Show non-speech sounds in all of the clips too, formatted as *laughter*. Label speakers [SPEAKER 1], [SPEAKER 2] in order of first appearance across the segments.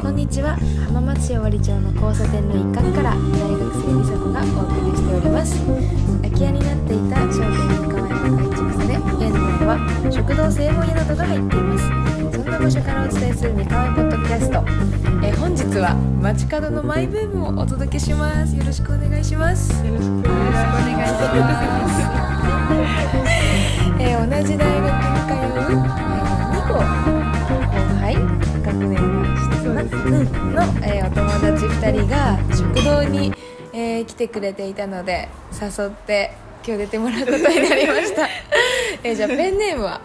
[SPEAKER 1] こんにちは浜松市尾張町の交差点の一角から大学生美佐子がお送りしております空き家になっていた商店の構えが改築され現在は食堂正方湯などが入っていますそんな場所からお伝えする三河ポッドキャストえー本日は街角のマイブームをお届けしますよろしくお願いしますよろしくお願いしますえー同じ大学に通う、え2校後輩学年が下かな、うん、の、えーお友達2人が食堂に、えー来てくれていたので誘って今日出てもらうことになりました *laughs* えーじゃあペンネームは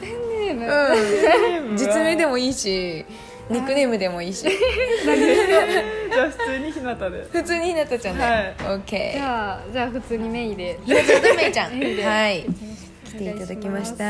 [SPEAKER 2] ペンネーム
[SPEAKER 1] うん実名でもいいしニックネームでもいいし
[SPEAKER 3] じゃあ普通に日向で
[SPEAKER 1] 普通になったちゃんね、
[SPEAKER 3] はい
[SPEAKER 1] オッケ
[SPEAKER 2] じ
[SPEAKER 1] ー
[SPEAKER 2] ゃあじゃあ普通にメイで
[SPEAKER 1] ひなちゃんとめいちゃん
[SPEAKER 2] いいね
[SPEAKER 1] はい来ていただきましたっ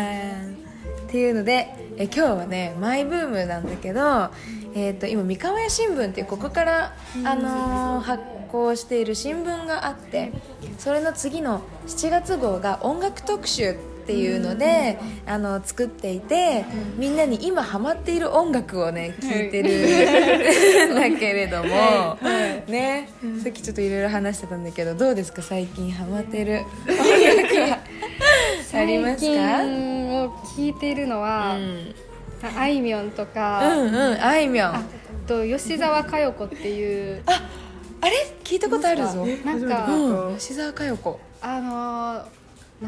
[SPEAKER 1] ていうのでえ今日はねマイブームなんだけど、えー、と今三河屋新聞っていうここから、あのー発行している新聞があってそれの次の7月号が音楽特集っていうので、あの作っていて、みんなに今ハマっている音楽をね聞いて *laughs* る、んだけれども、ね、さっきちょっといろいろ話してたんだけどどうですか最近ハマってる音楽はありますか
[SPEAKER 2] 最近を聞いているのは、あいみょんと
[SPEAKER 1] う
[SPEAKER 2] か、
[SPEAKER 1] んうんあいみょん
[SPEAKER 2] あ
[SPEAKER 1] あ
[SPEAKER 2] と吉沢佳代子っていう
[SPEAKER 1] あれ聞いたことあるぞ
[SPEAKER 2] なんか、
[SPEAKER 1] うん吉沢佳代子
[SPEAKER 2] あのー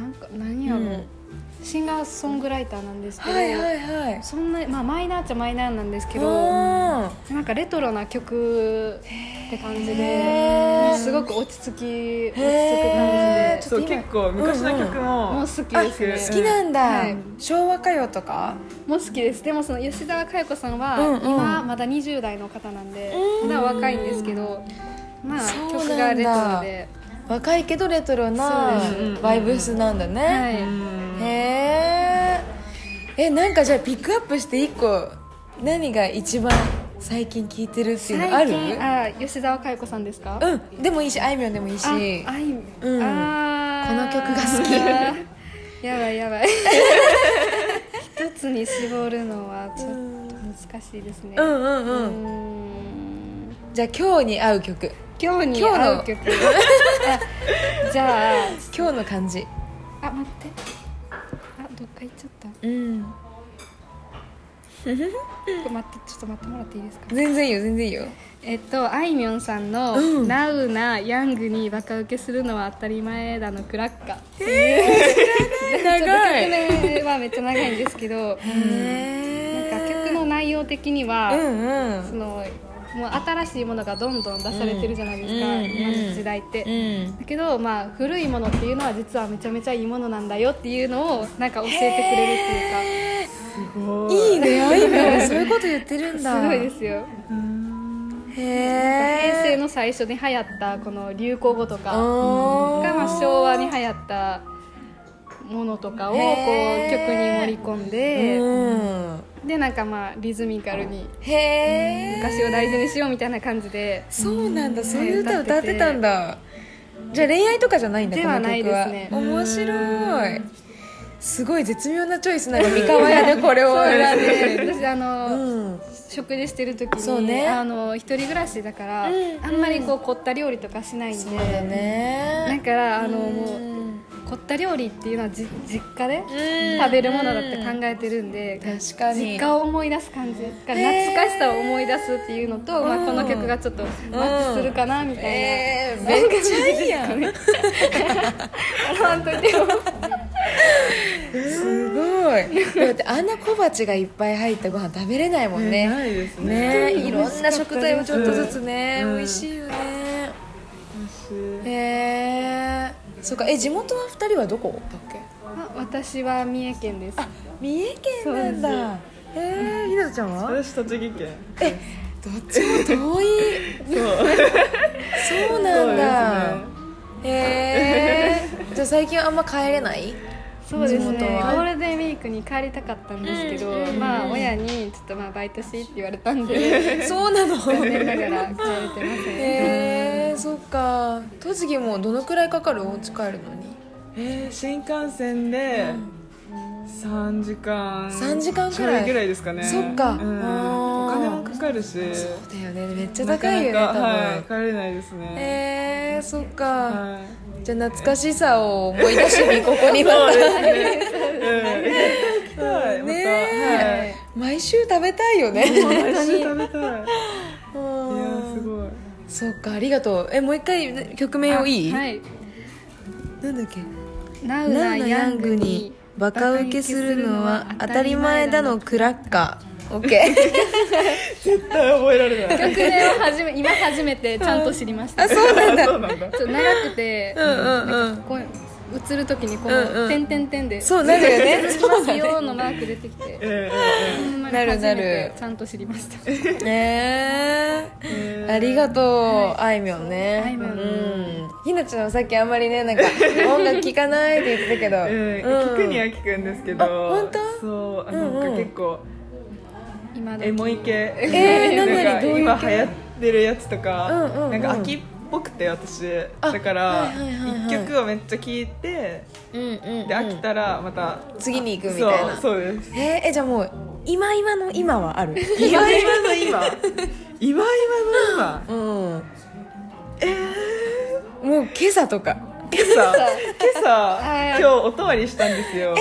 [SPEAKER 2] なんか何やろ、
[SPEAKER 1] うん
[SPEAKER 2] シンガーソングライターなんですけど、
[SPEAKER 1] はいはいはい
[SPEAKER 2] そんなまあマイナーっちゃマイナーなんですけ
[SPEAKER 1] う
[SPEAKER 2] ど
[SPEAKER 1] ん
[SPEAKER 2] なんかレトロな曲って感じ
[SPEAKER 1] へー
[SPEAKER 2] ですごく落ち着き落ち着く
[SPEAKER 1] へ
[SPEAKER 2] 感
[SPEAKER 1] ー
[SPEAKER 2] じ
[SPEAKER 1] ち
[SPEAKER 2] で
[SPEAKER 1] ょっと
[SPEAKER 3] そう結構昔の曲も、
[SPEAKER 2] うんもう好きですね
[SPEAKER 3] あ
[SPEAKER 1] 好きなんだ、
[SPEAKER 2] はい
[SPEAKER 1] 昭和歌謡とか
[SPEAKER 2] もう好きですでもその吉沢佳代子さん
[SPEAKER 1] うんう
[SPEAKER 2] は
[SPEAKER 1] ん
[SPEAKER 2] 今まだ20代の方なんで
[SPEAKER 1] うん
[SPEAKER 2] まだ若いんですけどまあ
[SPEAKER 1] そうなんだ
[SPEAKER 2] 曲がレトロで
[SPEAKER 1] 若いけどレトロな
[SPEAKER 2] そう
[SPEAKER 3] です
[SPEAKER 1] バイブスなんだね、
[SPEAKER 2] はい
[SPEAKER 3] うん
[SPEAKER 1] へええなんかじゃあピックアップして1個何が一番最近聞いてるっていうのあ
[SPEAKER 2] 最
[SPEAKER 1] る
[SPEAKER 2] 近あ吉沢佳代子さんですか
[SPEAKER 1] うんでもいいしあいみょんでもいいし
[SPEAKER 2] ああい
[SPEAKER 1] うん
[SPEAKER 2] あ
[SPEAKER 1] この曲が好き
[SPEAKER 2] き *laughs* やばいやばい一つに絞るのはちょっと難しいですね
[SPEAKER 1] うんうんう
[SPEAKER 2] うんん
[SPEAKER 1] じゃあ今日に合う曲
[SPEAKER 2] 今日に合う曲あじゃあ
[SPEAKER 1] 今日の感じ
[SPEAKER 2] あ待ってあどっか行っちゃった
[SPEAKER 1] うん
[SPEAKER 2] ちょっと待ってちょっと待ってもらっていいですか
[SPEAKER 1] 全然いいよ全然いいよ
[SPEAKER 2] えっとあいみょんさんの
[SPEAKER 1] う
[SPEAKER 2] 「
[SPEAKER 1] ん
[SPEAKER 2] ナウなヤングにバカ受けするのは当たり前だ」のクラッカー
[SPEAKER 1] 長いへ
[SPEAKER 2] ちょっと曲名はめっちゃ長いんですけどなんか
[SPEAKER 1] え
[SPEAKER 2] 曲の内容的には、
[SPEAKER 1] うんう
[SPEAKER 2] そ
[SPEAKER 1] ん
[SPEAKER 2] のもう新しいものがどんどん出されてるじゃないですか、
[SPEAKER 1] うんうん
[SPEAKER 2] 今の時代って、
[SPEAKER 1] うん
[SPEAKER 2] だけど、まあ、古いものっていうのは実はめちゃめちゃいいものなんだよっていうのをなんか教えてくれるっていうか、
[SPEAKER 1] いいねあいみょんそういうこと言ってるんだ
[SPEAKER 2] すごいですよ、
[SPEAKER 1] へ
[SPEAKER 2] 平成
[SPEAKER 1] え
[SPEAKER 2] の最初に流行ったこの流行語とか、
[SPEAKER 1] お
[SPEAKER 2] がまあ
[SPEAKER 1] ー
[SPEAKER 2] 昭和に流行ったものとかをこう
[SPEAKER 1] へー
[SPEAKER 2] 曲に盛り込んで
[SPEAKER 1] うん
[SPEAKER 2] でなんかまあリズミカルに
[SPEAKER 1] へえ
[SPEAKER 2] 昔を大事にしようみたいな感じで
[SPEAKER 1] そうなんだ、
[SPEAKER 2] ん
[SPEAKER 1] そういう歌歌
[SPEAKER 2] 歌
[SPEAKER 1] っ
[SPEAKER 2] っててて
[SPEAKER 1] たんだ。じゃあ恋愛とかじゃないんだ
[SPEAKER 2] ではないですね
[SPEAKER 1] この曲は面白い。すごい絶妙なチョイスなんか三河屋でこれを選ん
[SPEAKER 2] *laughs*
[SPEAKER 1] でる。
[SPEAKER 2] 私あ
[SPEAKER 1] う
[SPEAKER 2] の、
[SPEAKER 1] ん。
[SPEAKER 2] 食事してる時
[SPEAKER 1] そう
[SPEAKER 2] に、
[SPEAKER 1] ね
[SPEAKER 2] あの一人暮らしだから、
[SPEAKER 1] うん
[SPEAKER 2] あんまりこう凝った料理とかしないん
[SPEAKER 1] そう
[SPEAKER 2] で
[SPEAKER 1] だ
[SPEAKER 2] だ
[SPEAKER 1] ね。
[SPEAKER 2] からあの
[SPEAKER 1] うん
[SPEAKER 2] もう凝った料理っていうのはじ実家で
[SPEAKER 1] うん
[SPEAKER 2] 食べるものだって考えてるんで、
[SPEAKER 1] 確かに。
[SPEAKER 2] 実家を思い出す感じ懐かしさを思い出すっていうのと、まあ、この曲がちょっとマッチするかなみたいな、
[SPEAKER 1] えー、めっちゃいいやん。
[SPEAKER 2] 笑わんといてよ
[SPEAKER 1] すごい。だってあんな小鉢がいっぱい入ったご飯食べれないもんね。
[SPEAKER 3] ないですね
[SPEAKER 1] ね
[SPEAKER 2] 本当に
[SPEAKER 1] いろんな食材をちょっとずつね、
[SPEAKER 3] うん
[SPEAKER 1] 美味しいよね
[SPEAKER 3] 美味しい
[SPEAKER 1] へえそうかえ地元は2人はどこだっけ
[SPEAKER 2] あ私は三重県です
[SPEAKER 1] 三重県なんだへえひなたちゃんは
[SPEAKER 3] 私栃木県
[SPEAKER 1] えどっちも遠いそうなんだ
[SPEAKER 3] そう
[SPEAKER 1] へえじゃあ最近はあんま帰れない
[SPEAKER 2] そうですね
[SPEAKER 1] 地
[SPEAKER 2] ゴ
[SPEAKER 1] 元は
[SPEAKER 2] ールデンウィークに帰りたかったんですけど、
[SPEAKER 1] うん
[SPEAKER 2] まあ親にちょっとまあバイトしって言われたんで
[SPEAKER 1] そう *laughs* なの
[SPEAKER 2] 残念ながら帰れてません
[SPEAKER 1] へえそっか栃木もどのくらいかかるお家帰るのに
[SPEAKER 3] えー新幹線で3時間
[SPEAKER 1] 3時間くらい
[SPEAKER 3] ちょぐらいですかね
[SPEAKER 1] そっか
[SPEAKER 3] うん
[SPEAKER 1] あー
[SPEAKER 3] お金もかるし
[SPEAKER 1] だよねめっちゃ高いよね
[SPEAKER 3] な
[SPEAKER 1] 多
[SPEAKER 3] かな
[SPEAKER 1] 分、
[SPEAKER 3] かはい帰れないですね
[SPEAKER 1] えー、そっか、
[SPEAKER 3] はい
[SPEAKER 1] じゃあ懐かしさを思い出し *laughs* にここにまた、
[SPEAKER 3] うん行きたいま
[SPEAKER 1] ね
[SPEAKER 3] たはい
[SPEAKER 1] え、毎週食べたいよね
[SPEAKER 3] 毎週食べたい。いやーすごい。
[SPEAKER 1] そうかありがとうえもう一回曲名をいい、
[SPEAKER 2] はい
[SPEAKER 1] なんだっけ
[SPEAKER 2] ナウ
[SPEAKER 1] ナ
[SPEAKER 2] な
[SPEAKER 1] ウな
[SPEAKER 2] ヤ
[SPEAKER 1] ヤ
[SPEAKER 2] ン
[SPEAKER 1] ン
[SPEAKER 2] グ
[SPEAKER 1] グ
[SPEAKER 2] に
[SPEAKER 1] にバカ受けするのは当たり前だのクラッカーオッケー
[SPEAKER 3] 絶対覚えられない。
[SPEAKER 2] 曲名を初め今初めてちゃんと知りました
[SPEAKER 1] あそうなんだ
[SPEAKER 3] そうなんだ。
[SPEAKER 2] ちょっと長くて
[SPEAKER 1] うんうんうん
[SPEAKER 2] こう映る時にこ
[SPEAKER 1] うんう
[SPEAKER 2] の「
[SPEAKER 1] ん
[SPEAKER 2] 点々点」
[SPEAKER 1] *laughs* *laughs*
[SPEAKER 2] で「
[SPEAKER 1] そうなるよね
[SPEAKER 2] 映りますよ」のマーク出てきて
[SPEAKER 3] え
[SPEAKER 2] ほんまに
[SPEAKER 1] なるなる
[SPEAKER 2] 初めてちゃんと知りました
[SPEAKER 1] ね
[SPEAKER 3] ええ
[SPEAKER 1] え
[SPEAKER 3] え
[SPEAKER 1] ありがとう、あいみょんね
[SPEAKER 2] あいみょん
[SPEAKER 1] うんひなちゃんはさっきあんまりねなんか音楽聴かないって言ってたけど、
[SPEAKER 3] ええ
[SPEAKER 1] うん
[SPEAKER 3] 聞くには聞くんですけど。
[SPEAKER 1] あ本当
[SPEAKER 3] そうあ
[SPEAKER 1] うんうん
[SPEAKER 3] なんか結構
[SPEAKER 2] 今
[SPEAKER 3] エモい系。
[SPEAKER 1] えー
[SPEAKER 3] *laughs* なん
[SPEAKER 1] 何々どういう系
[SPEAKER 3] か今流行ってるやつと
[SPEAKER 1] うんうんう
[SPEAKER 3] か
[SPEAKER 1] ん
[SPEAKER 3] なんか秋っぽくて私
[SPEAKER 1] あ
[SPEAKER 3] だから
[SPEAKER 1] はいはいはいはい
[SPEAKER 3] 一曲をめっちゃ聞いて
[SPEAKER 1] うんうんうん
[SPEAKER 3] で飽きたらまた。
[SPEAKER 1] 次に行くみ
[SPEAKER 3] そ
[SPEAKER 1] たいうな
[SPEAKER 3] そうです。
[SPEAKER 1] えーえじゃあもう今今の今はある
[SPEAKER 3] 今 *laughs* 今の今今今の今
[SPEAKER 1] うんもう今朝とか
[SPEAKER 3] 今朝今
[SPEAKER 2] は
[SPEAKER 3] 朝
[SPEAKER 2] い
[SPEAKER 3] 今日お泊まりしたんですよ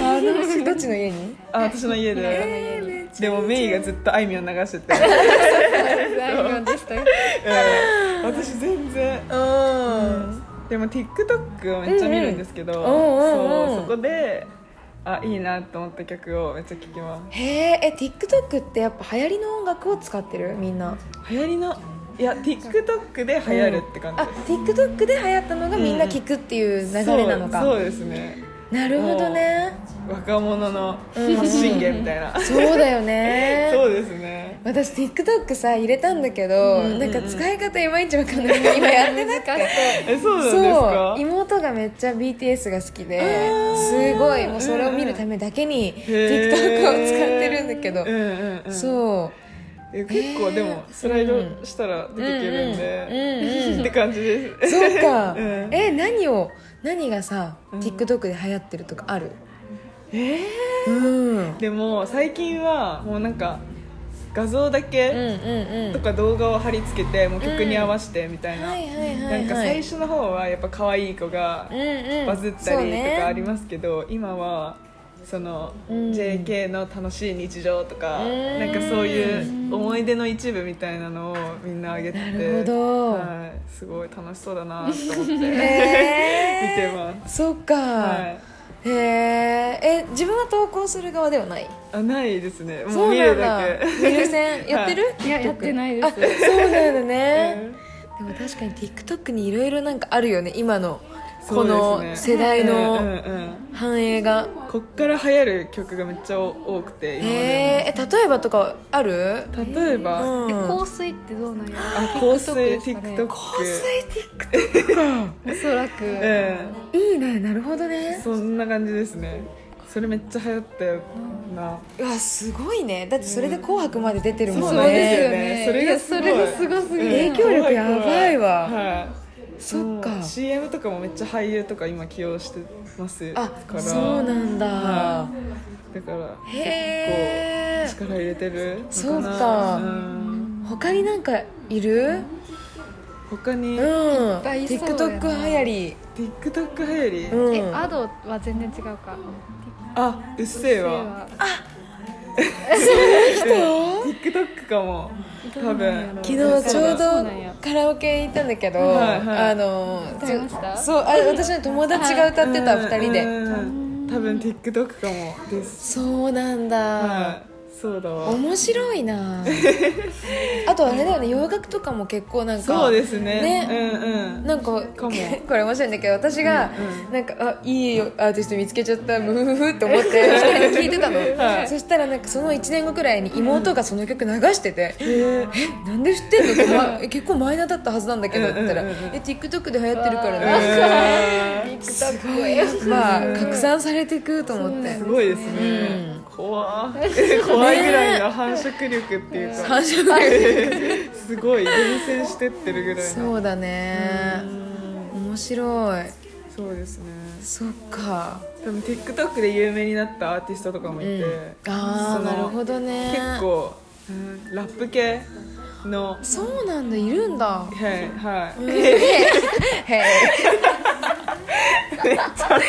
[SPEAKER 1] あど
[SPEAKER 3] *laughs*
[SPEAKER 1] っちの家に
[SPEAKER 3] あ私の家で
[SPEAKER 2] め
[SPEAKER 3] でもメイがずっとあいみょん流し
[SPEAKER 1] *laughs*
[SPEAKER 3] てて、
[SPEAKER 2] あいみょんでしたよ
[SPEAKER 3] うん私全然
[SPEAKER 1] うん
[SPEAKER 3] でも TikTok をめっちゃ見るんですけど、
[SPEAKER 1] うんうん
[SPEAKER 3] そうそこであいいなと思った曲をめっちゃ聴きま
[SPEAKER 1] へええ TikTok ってやっぱ流行りの音楽を使ってるみんな
[SPEAKER 3] す流行りのいや TikTok で流行るって感じ
[SPEAKER 1] あ
[SPEAKER 3] です、
[SPEAKER 1] TikTok で流行ったのがみんな聞くっていう流れなのか、
[SPEAKER 3] そうそうですね
[SPEAKER 1] なるほどね
[SPEAKER 3] 若者の発信源みたいな、
[SPEAKER 1] そうだよね
[SPEAKER 3] そうですね
[SPEAKER 1] 私 TikTok さ入れたんだけど、なんか使い方いまいちわかんない今やってなくて
[SPEAKER 3] えそうなんです
[SPEAKER 1] そ
[SPEAKER 3] か
[SPEAKER 1] う妹がめっちゃ BTS が好きで
[SPEAKER 3] あー
[SPEAKER 1] すごいもうそれを見るためだけに TikTok を使ってるんだけど
[SPEAKER 3] うんうんうん、
[SPEAKER 1] そう
[SPEAKER 3] え結構でもスライドしたら出てくるんで、
[SPEAKER 1] うんうんうんうん
[SPEAKER 3] って感じです
[SPEAKER 1] そうか、
[SPEAKER 3] うん
[SPEAKER 1] え何を何がさ
[SPEAKER 3] うん
[SPEAKER 1] TikTok で流行ってるとかある
[SPEAKER 3] え
[SPEAKER 1] うんうん
[SPEAKER 3] でも最近はもうなんか画像だ
[SPEAKER 1] うん
[SPEAKER 3] けと
[SPEAKER 1] う
[SPEAKER 3] か動画を貼り付けてもう曲に合わせてみたい
[SPEAKER 1] ん
[SPEAKER 3] な、
[SPEAKER 1] はいはいは
[SPEAKER 3] ないんか
[SPEAKER 1] はい
[SPEAKER 3] 最初の方はやっぱ可愛い子が
[SPEAKER 1] うんうん
[SPEAKER 3] バズったりとかあり
[SPEAKER 1] ま
[SPEAKER 3] ますけど、今はその
[SPEAKER 1] うん
[SPEAKER 3] JK の楽しい日常とか、
[SPEAKER 1] うん
[SPEAKER 3] なんかそういう思い出の一部みたいなのをみんなあげてて
[SPEAKER 1] なるほど
[SPEAKER 3] はい、すごい楽しそうだ
[SPEAKER 1] *laughs*
[SPEAKER 3] なと思って見
[SPEAKER 1] ね
[SPEAKER 3] て
[SPEAKER 1] へえ
[SPEAKER 3] ます、
[SPEAKER 1] そっか、
[SPEAKER 3] はい、
[SPEAKER 1] へええ自分は投稿する側ではない
[SPEAKER 3] あないですねも
[SPEAKER 1] そうう
[SPEAKER 3] 見
[SPEAKER 1] な
[SPEAKER 3] る
[SPEAKER 1] ん
[SPEAKER 3] だ
[SPEAKER 1] だ
[SPEAKER 3] け
[SPEAKER 1] 優先やってる、
[SPEAKER 2] いややってないで
[SPEAKER 1] あ
[SPEAKER 2] す
[SPEAKER 1] そうなんだね
[SPEAKER 3] *laughs* え
[SPEAKER 1] でも確かに TikTok にいろいろなんかあるよね今の
[SPEAKER 3] そ
[SPEAKER 1] こ
[SPEAKER 3] うですね
[SPEAKER 1] の世代
[SPEAKER 3] うんうん
[SPEAKER 1] の
[SPEAKER 3] うん
[SPEAKER 1] 反映が、
[SPEAKER 3] こっから流行る曲がめっちゃ多くて今まで
[SPEAKER 1] えー、え例えばとかある
[SPEAKER 3] の例えば、
[SPEAKER 2] え
[SPEAKER 1] うん
[SPEAKER 2] 香水ってどうなんやろ
[SPEAKER 3] あ香水
[SPEAKER 2] TikTok ですかね
[SPEAKER 3] TikTok
[SPEAKER 2] おそらく
[SPEAKER 3] ええ
[SPEAKER 1] いいねなるほどね
[SPEAKER 3] そんな感じですねそれめっちゃ流行ったよな
[SPEAKER 1] うわすごいねだってそれで「紅白」まで出てるもんね、
[SPEAKER 2] そうですよね
[SPEAKER 3] それが
[SPEAKER 2] いやそれがすごすぎる
[SPEAKER 3] う
[SPEAKER 1] 影
[SPEAKER 3] ん
[SPEAKER 1] 響力やばいわ
[SPEAKER 3] は
[SPEAKER 1] そっか
[SPEAKER 3] もう CM とかもめっちゃ俳優とか今起用してますか
[SPEAKER 1] あ
[SPEAKER 3] ら
[SPEAKER 1] そうなんだ、
[SPEAKER 3] はだから
[SPEAKER 1] へ
[SPEAKER 3] 結
[SPEAKER 1] ー
[SPEAKER 3] 構力入れてるのかな
[SPEAKER 1] そうか
[SPEAKER 3] うん
[SPEAKER 1] 他になんかいる
[SPEAKER 3] 他
[SPEAKER 1] う
[SPEAKER 3] に
[SPEAKER 1] ん、
[SPEAKER 2] ぱいいそうやな
[SPEAKER 1] TikTok 流行り、
[SPEAKER 3] TikTok 流行り、
[SPEAKER 1] うん、
[SPEAKER 2] えアドは全然違うか
[SPEAKER 3] あうっせえわ
[SPEAKER 1] 人
[SPEAKER 3] TikTok かも多分
[SPEAKER 1] 昨日ちょう
[SPEAKER 2] そう
[SPEAKER 1] ど
[SPEAKER 2] なんや
[SPEAKER 1] カラオケ行ったんだけど、
[SPEAKER 3] はいはい
[SPEAKER 1] あの
[SPEAKER 2] 歌いました
[SPEAKER 1] そうあ私の友達が歌ってた
[SPEAKER 3] うん
[SPEAKER 1] 2人で、
[SPEAKER 3] うん多分 TikTok かもです
[SPEAKER 1] そうなんだ、
[SPEAKER 3] はいそうだわ
[SPEAKER 1] 面白いなあとあれだよね洋楽とかも結構なんか
[SPEAKER 3] そうですね
[SPEAKER 1] ね
[SPEAKER 3] うんうん
[SPEAKER 1] なんか
[SPEAKER 3] かも
[SPEAKER 1] *laughs* これ面白いんだけど私が、
[SPEAKER 3] うん
[SPEAKER 1] なんかあいいアーティスト見つけちゃったムフフフって
[SPEAKER 3] *laughs*
[SPEAKER 1] 思って2人で聞いてた *laughs* の、
[SPEAKER 3] はい
[SPEAKER 1] そしたらなんかその1年後くらいに妹がその曲流してて、
[SPEAKER 3] えー
[SPEAKER 1] なんで知ってんのって、ま、結構マイナーだったはずなんだけどって言ったら「
[SPEAKER 3] うんうんうんうん
[SPEAKER 1] え TikTok で流行ってるからね」
[SPEAKER 3] え
[SPEAKER 1] すごいやっ *laughs* ぱ拡散されてくと思っ
[SPEAKER 3] ー
[SPEAKER 1] て
[SPEAKER 3] すごいですね怖ー怖いぐらいの繁殖力っていうか
[SPEAKER 1] 感触が
[SPEAKER 3] *laughs* すごい厳選してってるぐらいの
[SPEAKER 1] そうだね面白い
[SPEAKER 3] そうですね
[SPEAKER 1] そっか
[SPEAKER 3] でも TikTok で有名になったアーティストとかもいて
[SPEAKER 1] うんああ
[SPEAKER 3] その
[SPEAKER 1] なるほどね
[SPEAKER 3] 結構うんラップ系のは
[SPEAKER 1] そうなんだいるんだ
[SPEAKER 3] いは
[SPEAKER 1] へ
[SPEAKER 3] い
[SPEAKER 1] ーへ
[SPEAKER 2] めっ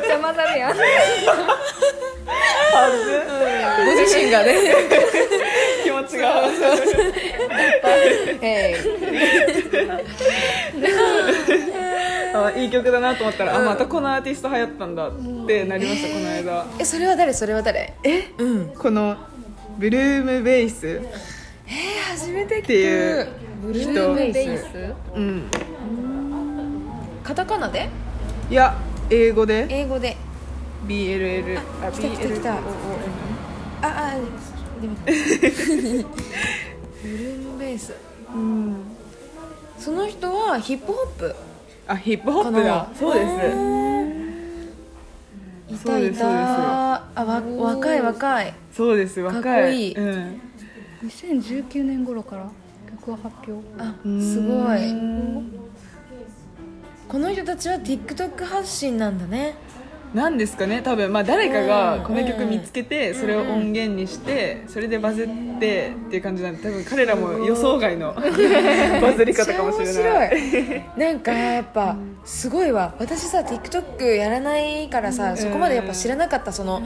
[SPEAKER 2] ちゃ混ざるやん
[SPEAKER 1] ーご自身がね
[SPEAKER 3] *laughs* 気持ちが
[SPEAKER 1] へ
[SPEAKER 3] あいい曲だなと思ったら、あまたこのアーティスト流行ったんだってなりました、この間
[SPEAKER 1] ーえそれは誰それは誰
[SPEAKER 3] え
[SPEAKER 1] うん
[SPEAKER 3] このブルームベース
[SPEAKER 1] 初めて聞く
[SPEAKER 3] っていう
[SPEAKER 1] ブル
[SPEAKER 3] 人
[SPEAKER 1] ームベ
[SPEAKER 2] ベ
[SPEAKER 1] ー
[SPEAKER 2] ー
[SPEAKER 1] ス
[SPEAKER 2] ス
[SPEAKER 3] うん
[SPEAKER 1] カタカナで
[SPEAKER 3] いや英語で
[SPEAKER 1] 英語で
[SPEAKER 3] BLL あ
[SPEAKER 1] 来た来た来た
[SPEAKER 3] BLL
[SPEAKER 1] ああでもブルームベース
[SPEAKER 3] うん
[SPEAKER 1] その人はヒップホップ
[SPEAKER 3] あヒップホップ
[SPEAKER 1] か
[SPEAKER 3] だ
[SPEAKER 1] な
[SPEAKER 3] そうです
[SPEAKER 1] い
[SPEAKER 3] そ
[SPEAKER 1] た
[SPEAKER 3] う
[SPEAKER 1] い
[SPEAKER 3] ですそうです
[SPEAKER 1] たあわ若い若い
[SPEAKER 3] そうです
[SPEAKER 1] っこいい
[SPEAKER 3] 若いうん
[SPEAKER 2] 2019年頃から曲を発表
[SPEAKER 1] あ
[SPEAKER 3] うん
[SPEAKER 1] すごいこの人たちは TikTok 発信なんだね
[SPEAKER 3] なんですかね多分まあ誰か
[SPEAKER 1] うん
[SPEAKER 3] がこの曲見つけてそれを音源にしてそれでバズってっていう感じなんで多分彼らも予想
[SPEAKER 1] *laughs*
[SPEAKER 3] 外のバズり方かもしれない
[SPEAKER 1] めっちゃ面白いなんかやっぱすごいわ私さ TikTok やらないからさ、そこまでやっぱ知らなかったその、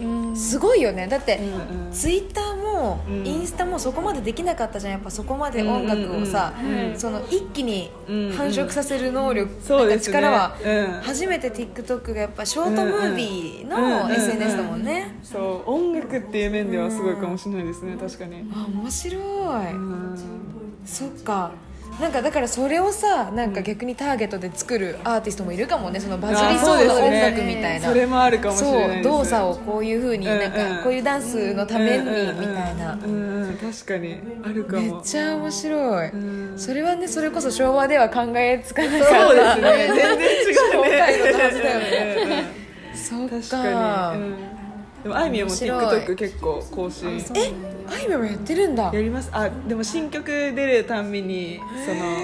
[SPEAKER 2] うん
[SPEAKER 1] すごいよねだって、
[SPEAKER 3] うんうん
[SPEAKER 1] ツイッターも
[SPEAKER 3] うん
[SPEAKER 1] インスタもそこまでできなかったじゃんやっぱそこまで音楽をさ、
[SPEAKER 3] うんうんうん
[SPEAKER 1] その一気に
[SPEAKER 3] うんうん
[SPEAKER 1] 繁殖させる能力、
[SPEAKER 3] そ
[SPEAKER 1] な
[SPEAKER 3] う
[SPEAKER 1] ん
[SPEAKER 3] で
[SPEAKER 1] か
[SPEAKER 3] すね
[SPEAKER 1] 力は、
[SPEAKER 3] うん
[SPEAKER 1] 初めて TikTok がやっぱショートムービー
[SPEAKER 3] うんう
[SPEAKER 1] の
[SPEAKER 3] ん
[SPEAKER 1] SNS だもんね、
[SPEAKER 3] そう音楽っていう面ではすごいかもしれないですね確かに
[SPEAKER 1] あ面白い、
[SPEAKER 3] うん
[SPEAKER 1] そっかなんかだからそれをさなんか逆にターゲットで作るアーティストもいるかもねそのバズりそうな
[SPEAKER 3] あそうです
[SPEAKER 1] 音
[SPEAKER 3] ね
[SPEAKER 1] 楽みたいな
[SPEAKER 3] それもあるかもしれないです
[SPEAKER 1] そう
[SPEAKER 3] ね
[SPEAKER 1] 動作をこういうふうになん
[SPEAKER 3] うんう
[SPEAKER 1] か
[SPEAKER 3] ん
[SPEAKER 1] こういうダンスのためにみたいな
[SPEAKER 3] うんうんうん確かにあるか
[SPEAKER 1] め
[SPEAKER 3] も
[SPEAKER 1] っちゃ面白い
[SPEAKER 3] うん
[SPEAKER 1] それはねそれこそ昭和では考えつかなかった
[SPEAKER 3] そうですね全然違うね
[SPEAKER 1] 紹介のはずだよ
[SPEAKER 3] ね
[SPEAKER 1] そっか
[SPEAKER 3] 確かに、うん、でもあいみょんも
[SPEAKER 1] 面白い
[SPEAKER 3] TikTok 結構更新
[SPEAKER 1] えあいみょんもやってるんだ
[SPEAKER 3] やりますあでも新曲出るたんびにその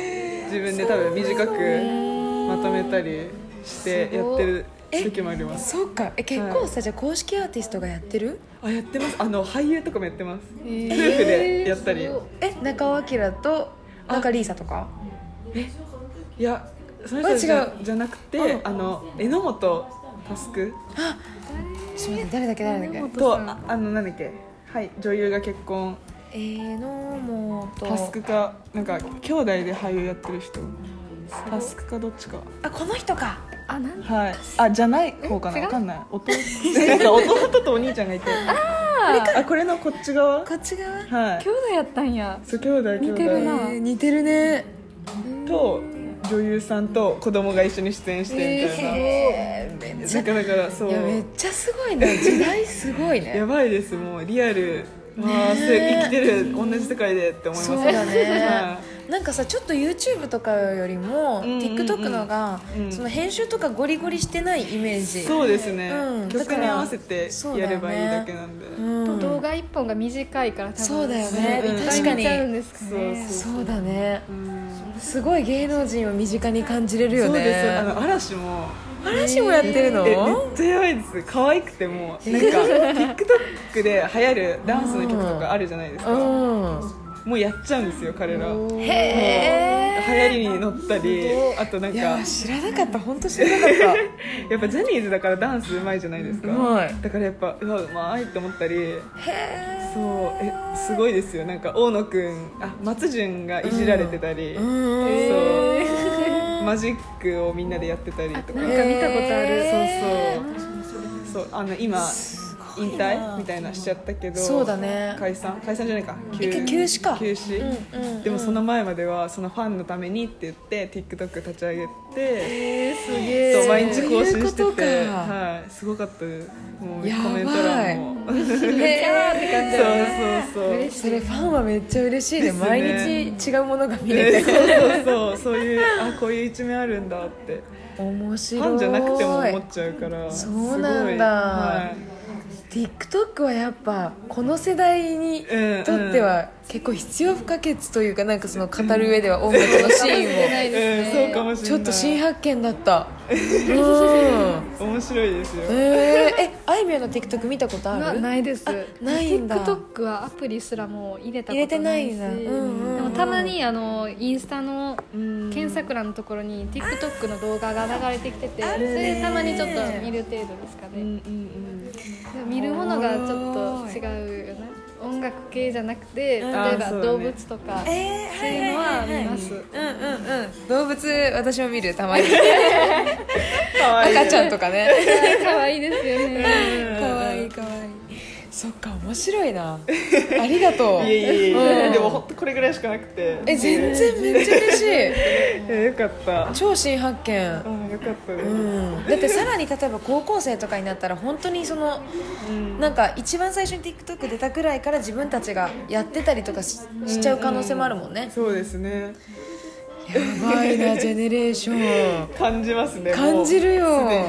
[SPEAKER 3] 自分で多分短くまとめたりしてやってる時もあります
[SPEAKER 1] そっかえ結構さじゃあ公式アーティストがやってる
[SPEAKER 3] あやってますあの俳優とかもやってます夫婦
[SPEAKER 2] ー
[SPEAKER 3] でやったり、
[SPEAKER 1] え中尾明と中里依紗とか
[SPEAKER 3] いやその人たちじゃ
[SPEAKER 1] あ違
[SPEAKER 3] じゃなくてあの榎本佑
[SPEAKER 1] すみません誰だっけ誰だっけ
[SPEAKER 3] とああのなんだっけはい女優が結婚
[SPEAKER 1] えのもと
[SPEAKER 3] タスクかなんか兄弟で俳優やってる人タスクかどっちか
[SPEAKER 1] あこの人か
[SPEAKER 2] あなん
[SPEAKER 3] はいあじゃない方かなわかんない弟 *laughs* なんか弟とお兄ちゃんがいて *laughs* あこれのこっち側
[SPEAKER 1] こっち側
[SPEAKER 3] はい
[SPEAKER 2] 兄弟やったんや
[SPEAKER 3] そう兄弟兄
[SPEAKER 2] 似てる
[SPEAKER 3] 弟
[SPEAKER 2] な
[SPEAKER 1] えー似てるね
[SPEAKER 3] と女優さんと子供が一緒に出演してみたいな、
[SPEAKER 1] えーめっちゃ
[SPEAKER 3] だ
[SPEAKER 1] い
[SPEAKER 3] からだからそう
[SPEAKER 1] やめっちゃすごいね時代すごい
[SPEAKER 3] や
[SPEAKER 1] ね
[SPEAKER 3] ばいですもうリアルああ生きてる同じ世界でって思います
[SPEAKER 1] そうだね
[SPEAKER 3] は
[SPEAKER 1] なんかさちょっと YouTube とかよりも
[SPEAKER 3] うんうんうん
[SPEAKER 1] TikTok のが
[SPEAKER 3] うん
[SPEAKER 1] その編集とかゴリゴリしてないイメー
[SPEAKER 3] い
[SPEAKER 1] ジ
[SPEAKER 3] そうですね、
[SPEAKER 1] うんだ
[SPEAKER 3] 曲
[SPEAKER 1] から
[SPEAKER 3] に合わせてやればいいだけなんで
[SPEAKER 1] うん
[SPEAKER 2] 動画一本が短いから多分
[SPEAKER 1] そうだよね
[SPEAKER 2] いっぱい
[SPEAKER 1] 確かに
[SPEAKER 2] 見ちゃうんですかね
[SPEAKER 3] そう
[SPEAKER 1] そうだね
[SPEAKER 3] うん
[SPEAKER 1] すごい芸能人を身近に感じれるよ
[SPEAKER 3] そうですあ
[SPEAKER 1] ね
[SPEAKER 3] の嵐も
[SPEAKER 1] 嵐もやってる
[SPEAKER 3] え
[SPEAKER 1] の
[SPEAKER 3] めっちゃやばいです可愛くてもうなんか TikTok で流行るダンスの曲とかあるじゃないですかも
[SPEAKER 1] う
[SPEAKER 3] うやっちゃうんですよ彼ら
[SPEAKER 1] ん
[SPEAKER 3] 流
[SPEAKER 1] へえ
[SPEAKER 3] 行りに乗ったりあとなん
[SPEAKER 1] い
[SPEAKER 3] か
[SPEAKER 1] や
[SPEAKER 3] や
[SPEAKER 1] 知らなかった本当知らなかった
[SPEAKER 3] っぱジャニーズだからダンスうまいじゃないですか
[SPEAKER 1] うまい
[SPEAKER 3] だからやっぱうわうまいって思ったり
[SPEAKER 1] へ
[SPEAKER 3] そうえすごいですよなんか大野くんあ松潤がいじられてたり、
[SPEAKER 1] えうん
[SPEAKER 3] そうマジックをみんなでやってたりとか
[SPEAKER 2] なんか見たことある
[SPEAKER 1] へー
[SPEAKER 3] そうそうあの今引退みたいなしちゃったけど
[SPEAKER 1] そうだね
[SPEAKER 3] 解散解散じゃないか
[SPEAKER 1] 一回休止か
[SPEAKER 3] 休止、
[SPEAKER 1] うんうんうん
[SPEAKER 3] でもその前まではそのファンのためにって言って TikTok 立ち上げて、
[SPEAKER 2] えーすげ
[SPEAKER 3] そ
[SPEAKER 2] え
[SPEAKER 3] う毎日更新してて
[SPEAKER 1] そういうことか
[SPEAKER 3] はい、すごかったですもうコ
[SPEAKER 1] やばい
[SPEAKER 3] メント欄もそう
[SPEAKER 1] へえって感
[SPEAKER 3] そうそう
[SPEAKER 2] 嬉しい
[SPEAKER 1] それファンはめっちゃ嬉しいね
[SPEAKER 3] ですね
[SPEAKER 1] 毎日違うものが見れ
[SPEAKER 3] え
[SPEAKER 1] て
[SPEAKER 3] ーそうそうそうそういうあこういう一面あるんだって
[SPEAKER 1] 面白
[SPEAKER 3] フ
[SPEAKER 1] い
[SPEAKER 3] ァンじゃなくても思っちゃうから
[SPEAKER 1] そうなんだ
[SPEAKER 3] すごい
[SPEAKER 1] TikTok はやっぱこの世代に
[SPEAKER 3] うん
[SPEAKER 1] とっては結構必要不可欠というかなんかその語る上では音楽のシー
[SPEAKER 2] 出な
[SPEAKER 1] ンを
[SPEAKER 2] い
[SPEAKER 3] うん
[SPEAKER 2] ですね、
[SPEAKER 3] そうかもしれない
[SPEAKER 1] ちょっと新発見だったうん
[SPEAKER 3] 面白いですよ
[SPEAKER 1] えー、えあいみょんの TikTok 見たことあ
[SPEAKER 2] な
[SPEAKER 1] る
[SPEAKER 2] ないです
[SPEAKER 1] あないんだ
[SPEAKER 2] TikTok はアプリすらもう入れた
[SPEAKER 1] 入
[SPEAKER 2] こ
[SPEAKER 1] れて
[SPEAKER 2] と
[SPEAKER 1] な
[SPEAKER 2] ない
[SPEAKER 1] い
[SPEAKER 2] し
[SPEAKER 1] んだ、うんうんうん
[SPEAKER 2] でもたまにあのインスタの検索欄のところに TikTok の動画が流れてきてて
[SPEAKER 1] あ
[SPEAKER 2] そ
[SPEAKER 1] るね
[SPEAKER 2] れでたまにちょっと見る程度ですか
[SPEAKER 3] うんう
[SPEAKER 2] ね
[SPEAKER 3] ん
[SPEAKER 2] でも見るものがちょっと違うよね音楽系じゃなくて例えば
[SPEAKER 3] あーそうだね
[SPEAKER 2] 動物とか
[SPEAKER 1] え
[SPEAKER 2] そう
[SPEAKER 1] ー、はいいう
[SPEAKER 2] の
[SPEAKER 1] は
[SPEAKER 2] はい
[SPEAKER 1] は
[SPEAKER 2] 見
[SPEAKER 1] い、
[SPEAKER 2] ます
[SPEAKER 1] うんうんうん動物私も見るたまに
[SPEAKER 3] うんかわいい
[SPEAKER 1] 赤ちゃんとかね
[SPEAKER 2] 可愛いですよね
[SPEAKER 3] うん
[SPEAKER 1] かわいいかわいいそっか面白いなありがとう
[SPEAKER 3] いえいえいえ、
[SPEAKER 1] うん
[SPEAKER 3] でもほんとこれぐらいしかなくて
[SPEAKER 1] え全然めっちゃ嬉しい
[SPEAKER 3] えよかった
[SPEAKER 1] 超新発見
[SPEAKER 3] あよかったで
[SPEAKER 1] う
[SPEAKER 3] す、
[SPEAKER 1] ん、だってさらに例えば高校生とかになったら本当にその
[SPEAKER 3] うん
[SPEAKER 1] なんか一番最初に TikTok 出たくらいから自分たちがやってたりとかししちゃう可能性もあるもんね、
[SPEAKER 3] そうですね
[SPEAKER 1] やばいなジェネレーション
[SPEAKER 3] 感じますねもう
[SPEAKER 1] 感じるよ
[SPEAKER 3] すでに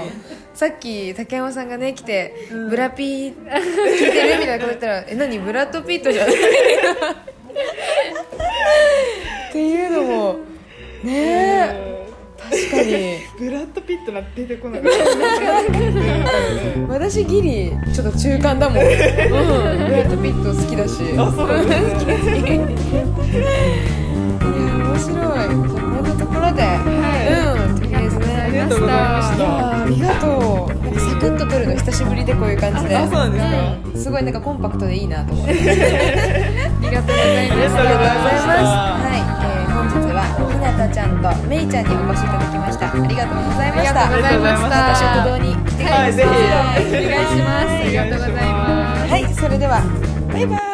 [SPEAKER 1] さっき竹山さんがね来て、
[SPEAKER 3] うん
[SPEAKER 1] ブラピー聞いてるみたいなこと言った
[SPEAKER 3] *laughs*
[SPEAKER 1] ら「え何ブラッド・ピートじゃない?」っていうのもねえ確かに
[SPEAKER 3] うんブラッド・ピットなんて出てこなかった
[SPEAKER 1] *laughs*
[SPEAKER 3] うん
[SPEAKER 1] 私ギリちょっと中間だもん、うん、ブラッド・ピット好きだし
[SPEAKER 3] あそうなんですね
[SPEAKER 1] いや面白いじゃあこんなところで、うんとりあえず
[SPEAKER 3] あ
[SPEAKER 1] ね
[SPEAKER 3] りがとうございまし
[SPEAKER 1] い
[SPEAKER 3] た
[SPEAKER 1] やーありがとうなんかサクッと撮るの久しぶりでこういう感じで
[SPEAKER 3] あそうなんですか
[SPEAKER 1] うんすごいなんかコンパクトでいいなと思ってありがとう
[SPEAKER 2] ありがとうございま
[SPEAKER 3] ありが
[SPEAKER 2] す
[SPEAKER 3] とうございました
[SPEAKER 1] はい、えー、本日はひなたちゃんとめいちゃんにお越しいただきましたありがとうございました
[SPEAKER 2] ありがとうございまし
[SPEAKER 1] ま
[SPEAKER 2] た
[SPEAKER 1] た食堂に来てください
[SPEAKER 3] はいぜひ
[SPEAKER 2] お願いしますありがとうございます
[SPEAKER 1] はいそれではバイバイ